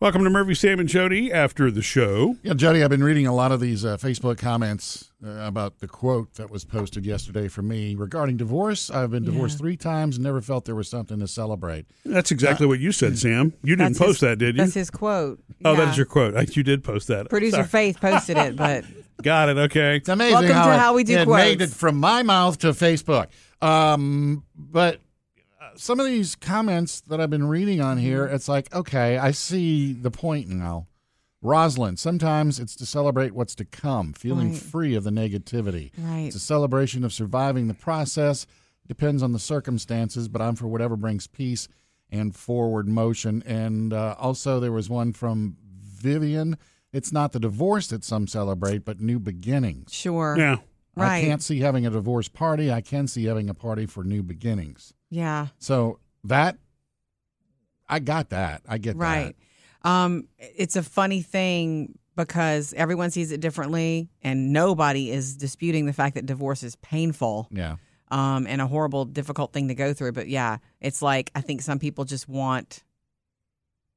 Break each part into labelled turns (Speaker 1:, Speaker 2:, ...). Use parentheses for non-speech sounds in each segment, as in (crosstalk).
Speaker 1: Welcome to Murphy, Sam, and Jody after the show.
Speaker 2: Yeah, Jody, I've been reading a lot of these uh, Facebook comments uh, about the quote that was posted yesterday from me regarding divorce. I've been divorced three times and never felt there was something to celebrate.
Speaker 1: That's exactly what you said, Sam. You didn't
Speaker 3: Uh, That's
Speaker 1: post
Speaker 3: his-
Speaker 1: that, did you?
Speaker 3: That's his quote.
Speaker 1: oh, that
Speaker 3: Yeah.
Speaker 1: is your quote. I- You did post that.
Speaker 3: producer
Speaker 1: Sorry.
Speaker 3: Faith posted
Speaker 1: (laughs)
Speaker 3: it, but
Speaker 1: Got it. Okay.
Speaker 2: It's amazing
Speaker 3: Welcome to
Speaker 2: how, it-
Speaker 3: How We Do
Speaker 2: it
Speaker 3: Quotes.
Speaker 2: made it from my mouth to Facebook. Um, but uh, some of these comments that I've been reading on
Speaker 3: Mm-hmm.
Speaker 2: here, it's like, okay, I see the point now. Rosalind, sometimes it's to celebrate what's to come, feeling
Speaker 3: Right.
Speaker 2: free of the negativity.
Speaker 3: Right.
Speaker 2: It's a celebration of surviving the process. Depends on the circumstances, but I'm for whatever brings peace and forward motion. And uh, also, there was one from Vivian. It's not the divorce that some celebrate, but new beginnings.
Speaker 3: sure.
Speaker 1: Yeah.
Speaker 2: I
Speaker 3: Right.
Speaker 2: can't see having a divorce party. I can see having a party for new beginnings.
Speaker 3: Yeah.
Speaker 2: So that, I got that. I get
Speaker 3: Right. Um, it's a funny thing because everyone sees it differently, and nobody is disputing the fact that divorce is painful
Speaker 2: that. Yeah.
Speaker 3: um, and a horrible, difficult thing to go through. But yeah, it's like I think some people just want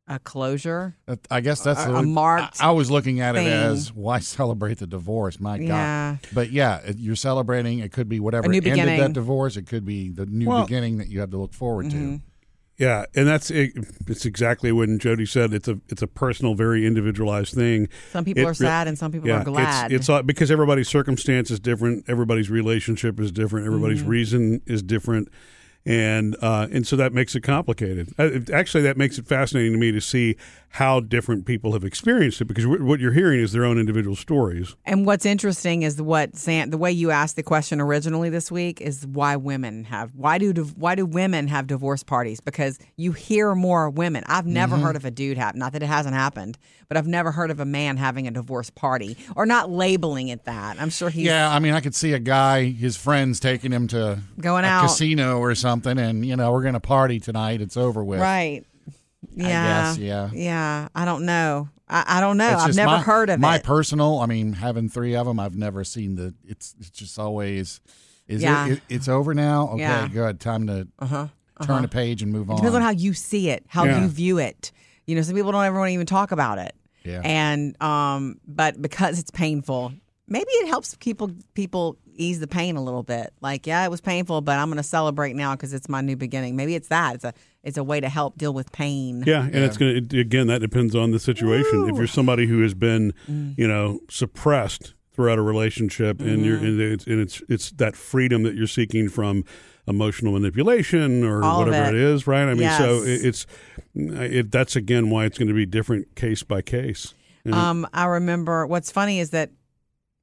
Speaker 3: a closure.
Speaker 2: That- I guess that's
Speaker 3: A-
Speaker 2: the
Speaker 3: a marked
Speaker 2: I, I was looking at
Speaker 3: thing.
Speaker 2: it as why (laughs) celebrate the divorce? My
Speaker 3: Yeah.
Speaker 2: God! But yeah, it- you're celebrating. It could be whatever
Speaker 3: new
Speaker 2: ended that
Speaker 3: beginning.
Speaker 2: divorce. It could be the new
Speaker 1: Well- mm-hmm.
Speaker 2: beginning that you have to look forward to.
Speaker 1: Yeah, and that's it, it's exactly when Jody said it's a it's a personal, very individualized thing.
Speaker 3: Some people
Speaker 1: It
Speaker 3: are
Speaker 1: re-
Speaker 3: sad and some people
Speaker 1: yeah,
Speaker 3: are glad.
Speaker 1: It's, it's all- because everybody's circumstance is different, everybody's relationship is different, everybody's
Speaker 3: Mm-hmm.
Speaker 1: reason is different, and uh, and so that makes it complicated. Uh, it- Actually, that makes it fascinating to me to see how different people have experienced it because wh- what you're hearing is their own individual stories.
Speaker 3: And what's interesting is what Sam, the way you asked the question originally this week is why women have why do div- why do women have divorce parties? Because you hear more women. I've never
Speaker 2: Mm-hmm.
Speaker 3: heard of a dude have not that it hasn't happened, but I've never heard of a man having a divorce party or not labeling it that. I'm sure he's
Speaker 2: Yeah, I mean, I could see a guy, his friends taking him to
Speaker 3: Going
Speaker 2: a
Speaker 3: out.
Speaker 2: casino or something, and you know, we're gonna party tonight. It's over with.
Speaker 3: right. Yeah,
Speaker 2: guess, yeah.
Speaker 3: yeah. I don't know. I, I don't know.
Speaker 2: It's
Speaker 3: I've
Speaker 2: just
Speaker 3: never
Speaker 2: my-
Speaker 3: heard of
Speaker 2: my
Speaker 3: it.
Speaker 2: personal. I mean, having three of them, I've never seen the. It's it's just always. Is
Speaker 3: Yeah.
Speaker 2: it, it- It's over now. Okay,
Speaker 3: Yeah. Uh-huh.
Speaker 2: good. Time to turn a page and move on.
Speaker 3: Depends on how you see it, how
Speaker 1: Yeah.
Speaker 3: you view it. You know, some people don't ever want to even talk about it.
Speaker 2: Yeah.
Speaker 3: And um, but because it's painful, maybe it helps people people ease the pain a little bit. Like, yeah, it was painful, but I'm going to celebrate now because it's my new beginning. Maybe it's that. It's a it's a way to help deal with pain.
Speaker 1: Yeah, and it's gonna it, again. That depends on the situation. If you're somebody who has been,
Speaker 3: Mm.
Speaker 1: you know, suppressed throughout a relationship, and
Speaker 3: Mm-hmm.
Speaker 1: you're and it's, and it's it's that freedom that you're seeking from emotional manipulation or
Speaker 3: All of
Speaker 1: whatever
Speaker 3: it.
Speaker 1: it is, right? I mean, so
Speaker 3: Yes.
Speaker 1: it, it's it, that's again why it's going to be different case by case. And
Speaker 3: Um, I remember what's funny is that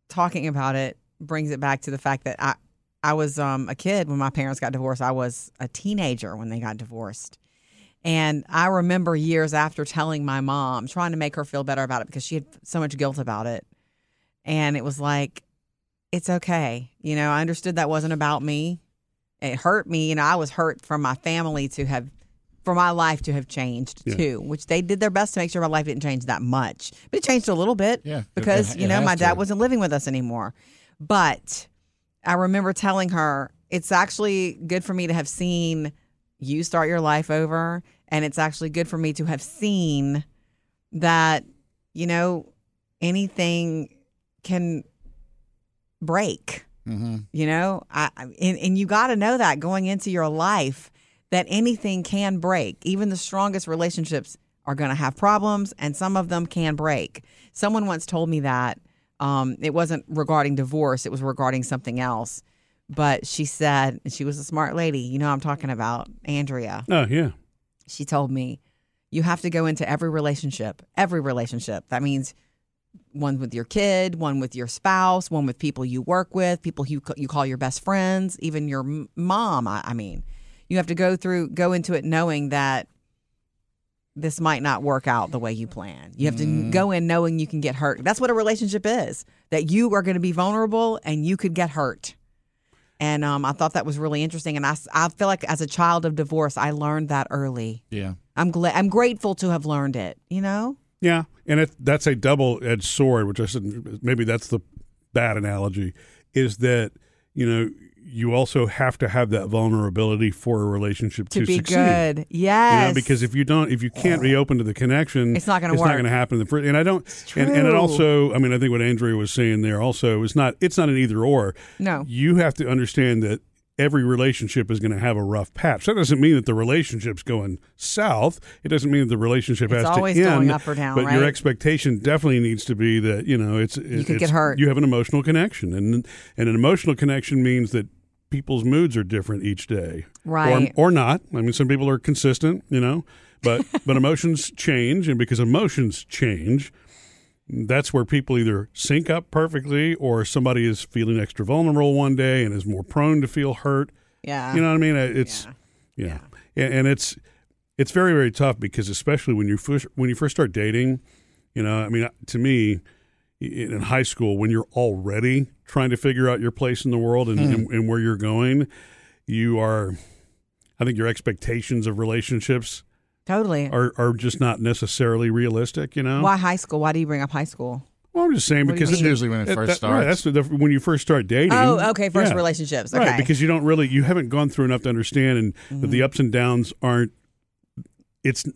Speaker 3: talking about it brings it back to the fact that I I was um, a kid when my parents got divorced. I was a teenager when they got divorced. And I remember years after telling my mom, trying to make her feel better about it because she had so much guilt about it. And it was like, it's okay. You know, I understood that wasn't about me. It hurt me. You know, I was hurt from my family to have, for my life to have changed
Speaker 1: Yeah.
Speaker 3: too, which they did their best to make sure my life didn't change that much. But it changed a little bit
Speaker 2: Yeah, it-
Speaker 3: because,
Speaker 2: it
Speaker 3: you know,
Speaker 2: has
Speaker 3: my dad
Speaker 2: to.
Speaker 3: wasn't living with us anymore. But I remember telling her, it's actually good for me to have seen you start your life over. And it's actually good for me to have seen that, you know, anything can break.
Speaker 2: hmm
Speaker 3: You know, I I- and, and you got to know that going into your life that anything can break. Even the strongest relationships are going to have problems, and some of them can break. Someone once told me that um, it wasn't regarding divorce; it was regarding something else. But she said, and she was a smart lady. You know, I'm talking about Andrea.
Speaker 1: oh yeah,
Speaker 3: She told me, you have to go into every relationship, every relationship. That means one with your kid, one with your spouse, one with people you work with, people you you call your best friends, even your m- mom. I, I mean, you have to go through, go into it knowing that this might not work out the way you plan. You have to go in knowing you can get hurt. That's what a relationship is. That you are going to be vulnerable and you could get hurt. And um, I thought that was really interesting. And I, s- I feel like as a child of divorce, I learned that early.
Speaker 2: Yeah.
Speaker 3: I'm glad. I'm grateful to have learned it. You know.
Speaker 1: yeah, and it, that's a double-edged sword, which I said maybe that's the bad analogy is that you know you also have to have that vulnerability for a relationship to,
Speaker 3: to be
Speaker 1: succeed.
Speaker 3: good.
Speaker 1: You know,
Speaker 3: Yes.
Speaker 1: because if you don't, if you can't be open to the connection,
Speaker 3: It's not gonna
Speaker 1: It's not
Speaker 3: work.
Speaker 1: going to happen. in The first, and I don't. And, and it
Speaker 3: true.
Speaker 1: also, I mean, I think what Andrea was saying there also is not. It's not an either or.
Speaker 3: no.
Speaker 1: You have to understand that every relationship is going to have a rough patch. That doesn't mean that the relationship's going south. It doesn't mean that the relationship
Speaker 3: It's
Speaker 1: has
Speaker 3: always
Speaker 1: to end.
Speaker 3: going up or down,
Speaker 1: But your
Speaker 3: right?
Speaker 1: expectation definitely needs to be that you know it's you
Speaker 3: could get hurt.
Speaker 1: You have an emotional connection, and and an emotional connection means that people's moods are different each day,
Speaker 3: Right.
Speaker 1: Or, or not. I mean, some people are consistent, you know, but but emotions change, and because emotions change. That's where people either sync up perfectly, or somebody is feeling extra vulnerable one day and is more prone to feel hurt
Speaker 3: Yeah.
Speaker 1: you know what I mean? It's yeah, And, and it's it's very very tough because especially when you first when you first start dating, you know, I mean, uh, to me, i- in high school when you're already trying to figure out your place in the world
Speaker 3: Hmm.
Speaker 1: and, and, and where you're going, you are. I think your expectations of relationships
Speaker 3: totally.
Speaker 1: are, are just not necessarily realistic. You know,
Speaker 3: Why high school? Why do you bring up high school?
Speaker 1: well, I'm just saying
Speaker 3: What do you
Speaker 1: because
Speaker 2: That's
Speaker 1: it-
Speaker 2: usually when it
Speaker 1: that-
Speaker 2: first
Speaker 1: that- right,
Speaker 2: starts.
Speaker 1: that's the, when you first start dating.
Speaker 3: Oh, okay. First
Speaker 1: Yeah.
Speaker 3: relationships. Okay. Mm-hmm.
Speaker 1: Right, because you don't really you haven't gone through enough to understand and that the ups and downs aren't it's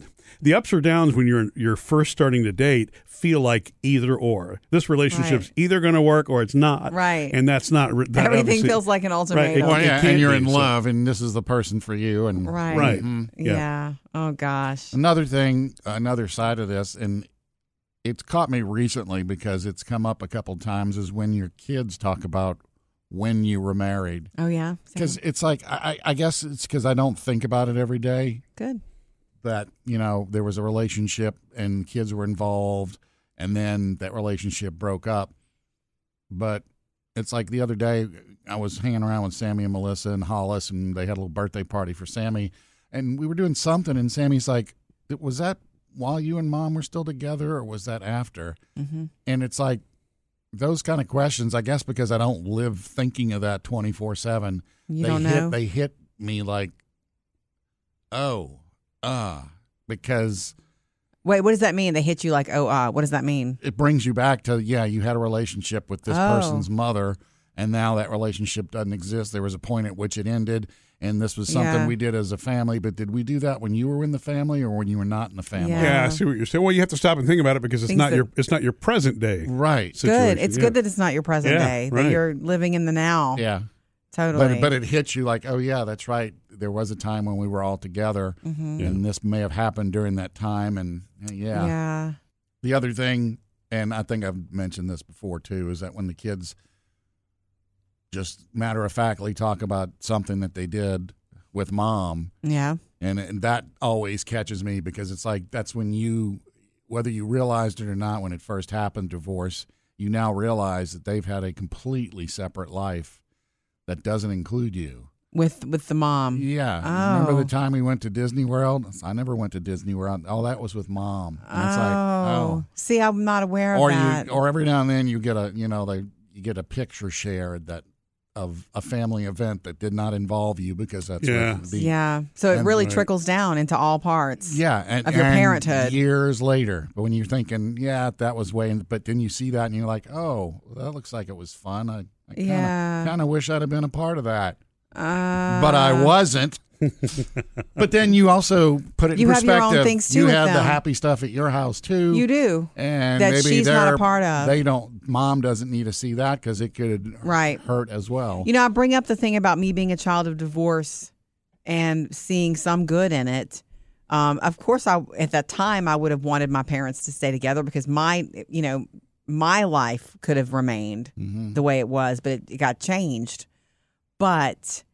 Speaker 1: the ups or downs when you're you're first starting to date feel like either or. This relationship's
Speaker 3: Right.
Speaker 1: either going to work or it's not.
Speaker 3: Right.
Speaker 1: And that's not re- that
Speaker 3: Everything
Speaker 1: obviously-
Speaker 3: feels like an
Speaker 1: it-
Speaker 3: ultimatum.
Speaker 2: Well,
Speaker 1: it
Speaker 2: yeah,
Speaker 1: can't
Speaker 2: and you're
Speaker 1: be,
Speaker 2: in
Speaker 1: so-
Speaker 2: love, and this is the person for you, and
Speaker 3: Right.
Speaker 1: Right.
Speaker 2: Mhm.
Speaker 1: Yeah.
Speaker 3: Yeah. Oh gosh.
Speaker 2: Another thing, another side of this, and it's caught me recently because it's come up a couple times, is when your kids talk about when you were married.
Speaker 3: Oh yeah. Same.
Speaker 2: Because it's like, I, I I guess it's because I don't think about it every day
Speaker 3: Good.
Speaker 2: that, you know, there was a relationship and kids were involved, and then that relationship broke up. But it's like the other day, I was hanging around with Sammy and Melissa and Hollis, and they had a little birthday party for Sammy, and we were doing something, and Sammy's like, "Was that while you and Mom were still together, or was that after?"
Speaker 3: hmm
Speaker 2: And it's like those kind of questions, I guess, because I don't live thinking of that twenty four seven.
Speaker 3: You
Speaker 2: They
Speaker 3: don't know.
Speaker 2: hit, they hit me like, oh, uh, because
Speaker 3: Wait, what does that mean? They hit you like, oh, uh, what does that mean?
Speaker 2: it brings you back to yeah you had a relationship with this
Speaker 3: Oh.
Speaker 2: person's mother and now that relationship doesn't exist there was a point at which it ended and this was something
Speaker 3: Yeah.
Speaker 2: we did as a family but did we do that when you were in the family or when you were not in the family
Speaker 3: Yeah.
Speaker 1: Yeah, I see what you're saying. Well, you have to stop and think about it because it's
Speaker 3: Things
Speaker 1: not
Speaker 3: that-
Speaker 1: your it's not your present day
Speaker 2: right
Speaker 1: situation.
Speaker 3: good. It's
Speaker 1: yeah.
Speaker 3: good that it's not your present
Speaker 1: Yeah,
Speaker 3: day.
Speaker 1: right.
Speaker 3: That you're living in the now.
Speaker 2: yeah
Speaker 3: Totally.
Speaker 2: but, but it hits you like oh yeah that's right there was a time when we were all together
Speaker 3: Mhm.
Speaker 2: and this may have happened during that time and
Speaker 3: yeah.
Speaker 2: The other thing, and I think I've mentioned this before too, is that when the kids just matter of factly talk about something that they did with mom,
Speaker 3: Yeah.
Speaker 2: and, and that always catches me because it's like that's when you, whether you realized it or not, when it first happened, divorce, you now realize that they've had a completely separate life that doesn't include you.
Speaker 3: With with the mom.
Speaker 2: Yeah. Remember
Speaker 3: Oh.
Speaker 2: the time we went to Disney World? I never went to Disney World. Oh, that was with mom. And it's like, oh
Speaker 3: See, I'm not aware
Speaker 2: or
Speaker 3: of that.
Speaker 2: you or every now and then you get a you know they you get a picture shared that of a family event that did not involve you because that's what
Speaker 1: Yeah.
Speaker 2: the
Speaker 3: yeah. So it
Speaker 2: and-
Speaker 3: really
Speaker 1: Right.
Speaker 3: trickles down into all parts.
Speaker 2: yeah and,
Speaker 3: Of your
Speaker 2: and
Speaker 3: parenthood.
Speaker 2: years later but when you're thinking yeah that was way in, but then you see that and you're like oh that looks like it was fun I, I kind of
Speaker 3: Yeah.
Speaker 2: kind of wish I'd have been a part of that
Speaker 3: Uh,
Speaker 2: but I wasn't but then you also put it
Speaker 3: You
Speaker 2: in
Speaker 3: have your
Speaker 2: perspective
Speaker 3: own things, too,
Speaker 2: you
Speaker 3: with
Speaker 2: have the
Speaker 3: them.
Speaker 2: happy stuff at your house too
Speaker 3: You do.
Speaker 2: and
Speaker 3: that
Speaker 2: maybe
Speaker 3: she's not
Speaker 2: they're-
Speaker 3: a part of.
Speaker 2: They don't. Mom doesn't need to see that because it could
Speaker 3: Right.
Speaker 2: hurt as well.
Speaker 3: You know, I bring up the thing about me being a child of divorce and seeing some good in it. Um, of course, I at that time I would have wanted my parents to stay together because my, you know, my life could have remained
Speaker 2: Mm-hmm.
Speaker 3: the way it was, but it, it got changed. But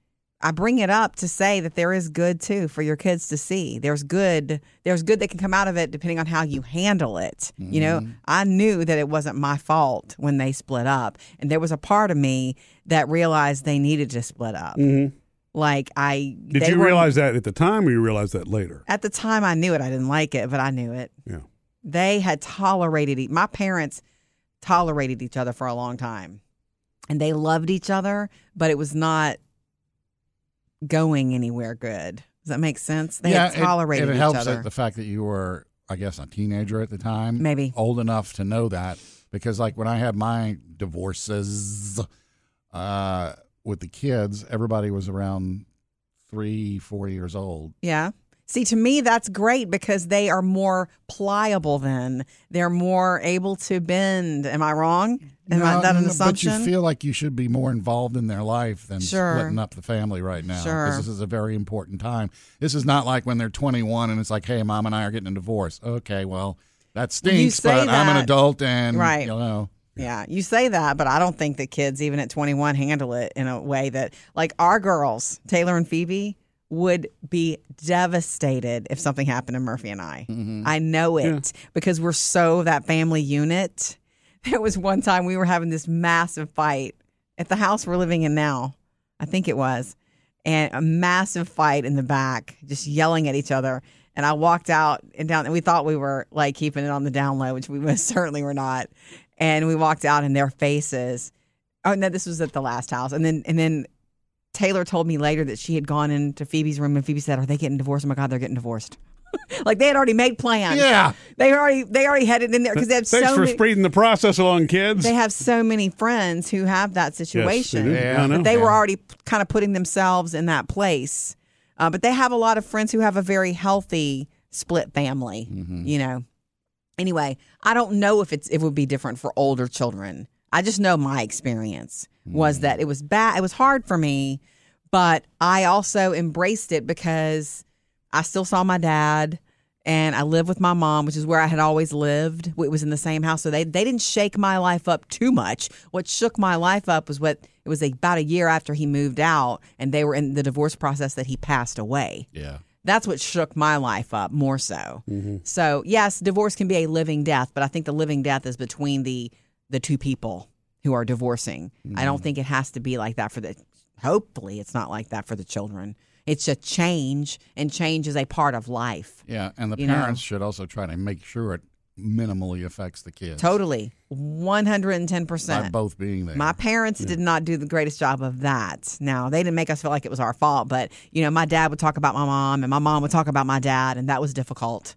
Speaker 3: I bring it up to say that there is good too for your kids to see. There's good. There's good that can come out of it depending on how you handle it.
Speaker 1: Mm-hmm.
Speaker 3: You know, I knew that it wasn't my fault when they split up, and there was a part of me that realized they needed to split up. Like
Speaker 1: Mm.
Speaker 3: I
Speaker 1: Mm-hmm. Did
Speaker 3: they
Speaker 1: you
Speaker 3: were-
Speaker 1: realize that at the time, or you realize that later?
Speaker 3: at the time I knew it. I didn't like it, but I knew it.
Speaker 1: Yeah.
Speaker 3: They had tolerated e- my parents tolerated each other for a long time. And they loved each other, but it was not going anywhere good. Does that make sense? They
Speaker 2: yeah,
Speaker 3: had tolerated
Speaker 2: it, it
Speaker 3: each
Speaker 2: helps
Speaker 3: other.
Speaker 2: That the fact that you were, I guess, a teenager at the time,
Speaker 3: Maybe.
Speaker 2: old enough to know that. Because, like, when I had my divorces, uh, with the kids, everybody was around three, four years old.
Speaker 3: Yeah. See, to me, that's great because they are more pliable then. They're more able to bend. Am I wrong? Am I
Speaker 2: No,
Speaker 3: that an
Speaker 2: no,
Speaker 3: assumption?
Speaker 2: But you feel like you should be more involved in their life than
Speaker 3: Sure.
Speaker 2: splitting up the family right now. 'cause
Speaker 3: Sure.
Speaker 2: This is a very important time. This is not like when they're 21 and it's like, hey, mom and I are getting a divorce. Okay, well, that
Speaker 3: Well, you
Speaker 2: stinks,
Speaker 3: say
Speaker 2: but I'm an
Speaker 3: that.
Speaker 2: adult and,
Speaker 3: Right.
Speaker 2: you know.
Speaker 3: Yeah, you say that, but I don't think that kids, even at 21, handle it in a way that, like our girls, Taylor and Phoebe, would be devastated if something happened to Murphy and I. I know it because we're so that family unit. (laughs) There was one time we were having this massive fight at the house we're living in now. I think it was. And a massive fight in the back, just yelling at each other. And I walked out and down, and we thought we were like keeping it on the down low, which we (laughs) most certainly were not. And we walked out, and their faces. Oh no, this was at the last house. And then, and then Taylor told me later that she had gone into Phoebe's room, and Phoebe said, "Are they getting divorced? Oh my God, they're getting divorced." (laughs) like they had already made plans.
Speaker 2: Yeah.
Speaker 3: they already they already had it in there because they have
Speaker 1: Thanks
Speaker 3: so
Speaker 1: for
Speaker 3: many,
Speaker 1: speeding the process along, kids.
Speaker 3: they have so many friends who have that situation.
Speaker 1: do.
Speaker 2: Yeah.
Speaker 1: I know.
Speaker 3: But they were
Speaker 2: Yeah.
Speaker 3: already kind of putting themselves in that place. Uh, but they have a lot of friends who have a very healthy split family, you know. Anyway, I don't know if it's it would be different for older children. I just know my experience was that it was bad. It was hard for me, but I also embraced it because I still saw my dad and I lived with my mom, which is where I had always lived. It was in the same house. So they, they didn't shake my life up too much. What shook my life up was what it was about a year after he moved out and they were in the divorce process that he passed away.
Speaker 2: Yeah.
Speaker 3: That's what shook my life up more so. So, yes, divorce can be a living death, but I think the living death is between the the two people who are divorcing. I don't think it has to be like that for the hopefully it's not like that for the children. It's a change and change is a part of life.
Speaker 2: Yeah. And the
Speaker 3: You know.
Speaker 2: parents should also try to make sure it minimally affects the kids.
Speaker 3: Totally.
Speaker 2: By
Speaker 3: 110%.
Speaker 2: both being there.
Speaker 3: My parents did not do the greatest job of that. Now, they didn't make us feel like it was our fault, but you know, my dad would talk about my mom and my mom would talk about my dad and that was difficult.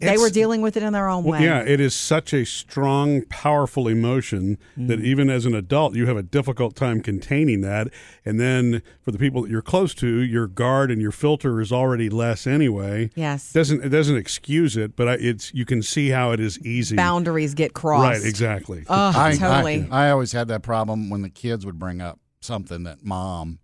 Speaker 3: they
Speaker 1: It's-
Speaker 3: were dealing with it in their own
Speaker 1: Well,
Speaker 3: way.
Speaker 1: yeah, it is such a strong, powerful emotion that even as an adult, you have a difficult time containing that. And then for the people that you're close to, your guard and your filter is already less anyway.
Speaker 3: Yes.
Speaker 1: doesn't it doesn't excuse it, but I- it's you can see how it is easy.
Speaker 3: Boundaries get crossed.
Speaker 1: right, exactly.
Speaker 3: Oh,
Speaker 2: (laughs) I, I-
Speaker 3: totally.
Speaker 2: I, always had that problem when the kids would bring up something that mom,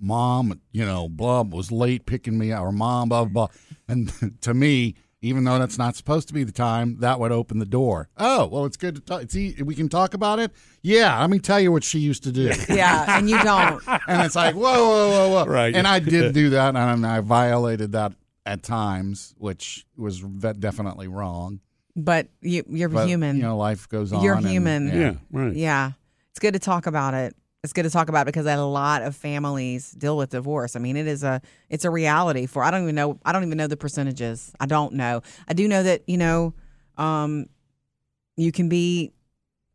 Speaker 2: mom, you know, blah was late picking me up, or mom, blah blah. blah. And (laughs) to me, even though that's not supposed to be the time, that would open the door. Oh, well, it's good to talk. It's e- we can talk about it. Yeah, let me tell you what she used to do.
Speaker 3: (laughs) yeah, and you
Speaker 2: (laughs)
Speaker 3: don't.
Speaker 2: and it's like whoa, whoa, whoa, whoa.
Speaker 1: Right.
Speaker 2: And I did
Speaker 3: (laughs)
Speaker 2: do that, and I violated that at times, which was ve- definitely wrong.
Speaker 3: But you, you're
Speaker 2: But
Speaker 3: human.
Speaker 2: you know, life goes on.
Speaker 3: You're
Speaker 2: and-
Speaker 3: human.
Speaker 1: yeah. right.
Speaker 3: (laughs) Yeah. It's good to talk about it. It's good to talk about it because a lot of families deal with divorce. I mean, it is a it's a reality for I don't even know I don't even know the percentages. I don't know. I do know that, you know, um you can be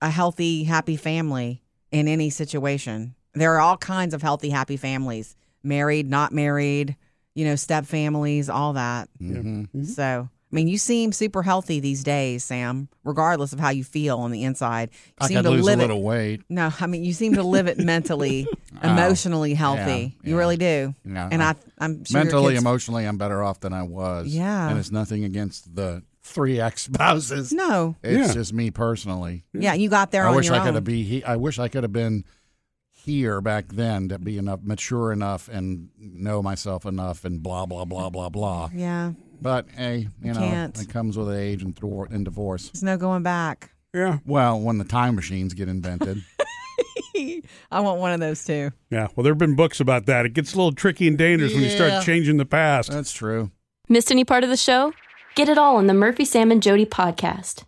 Speaker 3: a healthy, happy family in any situation. There are all kinds of healthy, happy families. Married, not married, you know, step families, all that.
Speaker 2: Mhm.
Speaker 3: So, I mean, you seem super healthy these days, Sam, regardless of how you feel on the inside. You
Speaker 2: I
Speaker 3: seem
Speaker 2: could
Speaker 3: to
Speaker 2: lose a
Speaker 3: live it-
Speaker 2: little weight.
Speaker 3: No, I mean, you seem to live
Speaker 2: (laughs)
Speaker 3: it mentally,
Speaker 2: Oh,
Speaker 3: emotionally healthy.
Speaker 2: yeah,
Speaker 3: You
Speaker 2: yeah.
Speaker 3: really do.
Speaker 2: You know,
Speaker 3: And
Speaker 2: I-
Speaker 3: I, I'm sure your
Speaker 2: mentally,
Speaker 3: kids-
Speaker 2: emotionally, I'm better off than I was.
Speaker 3: Yeah.
Speaker 2: and it's nothing against the three ex spouses.
Speaker 3: No.
Speaker 2: It's
Speaker 1: Yeah.
Speaker 2: just me personally.
Speaker 3: Yeah, you got there
Speaker 2: I
Speaker 3: on
Speaker 2: wish
Speaker 3: your
Speaker 2: I could
Speaker 3: own.
Speaker 2: have be. He- I wish I could have been here back then to be enough, mature enough, and know myself enough, and blah blah blah blah blah.
Speaker 3: yeah,
Speaker 2: But hey, you know,
Speaker 3: can't.
Speaker 2: it comes with age and thwar- and divorce.
Speaker 3: there's no going back.
Speaker 1: Yeah.
Speaker 2: Well, when the time machines get invented,
Speaker 3: (laughs) I want one of those too.
Speaker 1: Yeah. Well, there have been books about that. It gets a little tricky and dangerous when you
Speaker 2: Yeah.
Speaker 1: start changing the past.
Speaker 2: that's true.
Speaker 4: Missed any part of the show? Get it all on the Murphy, Sam, and Jody podcast.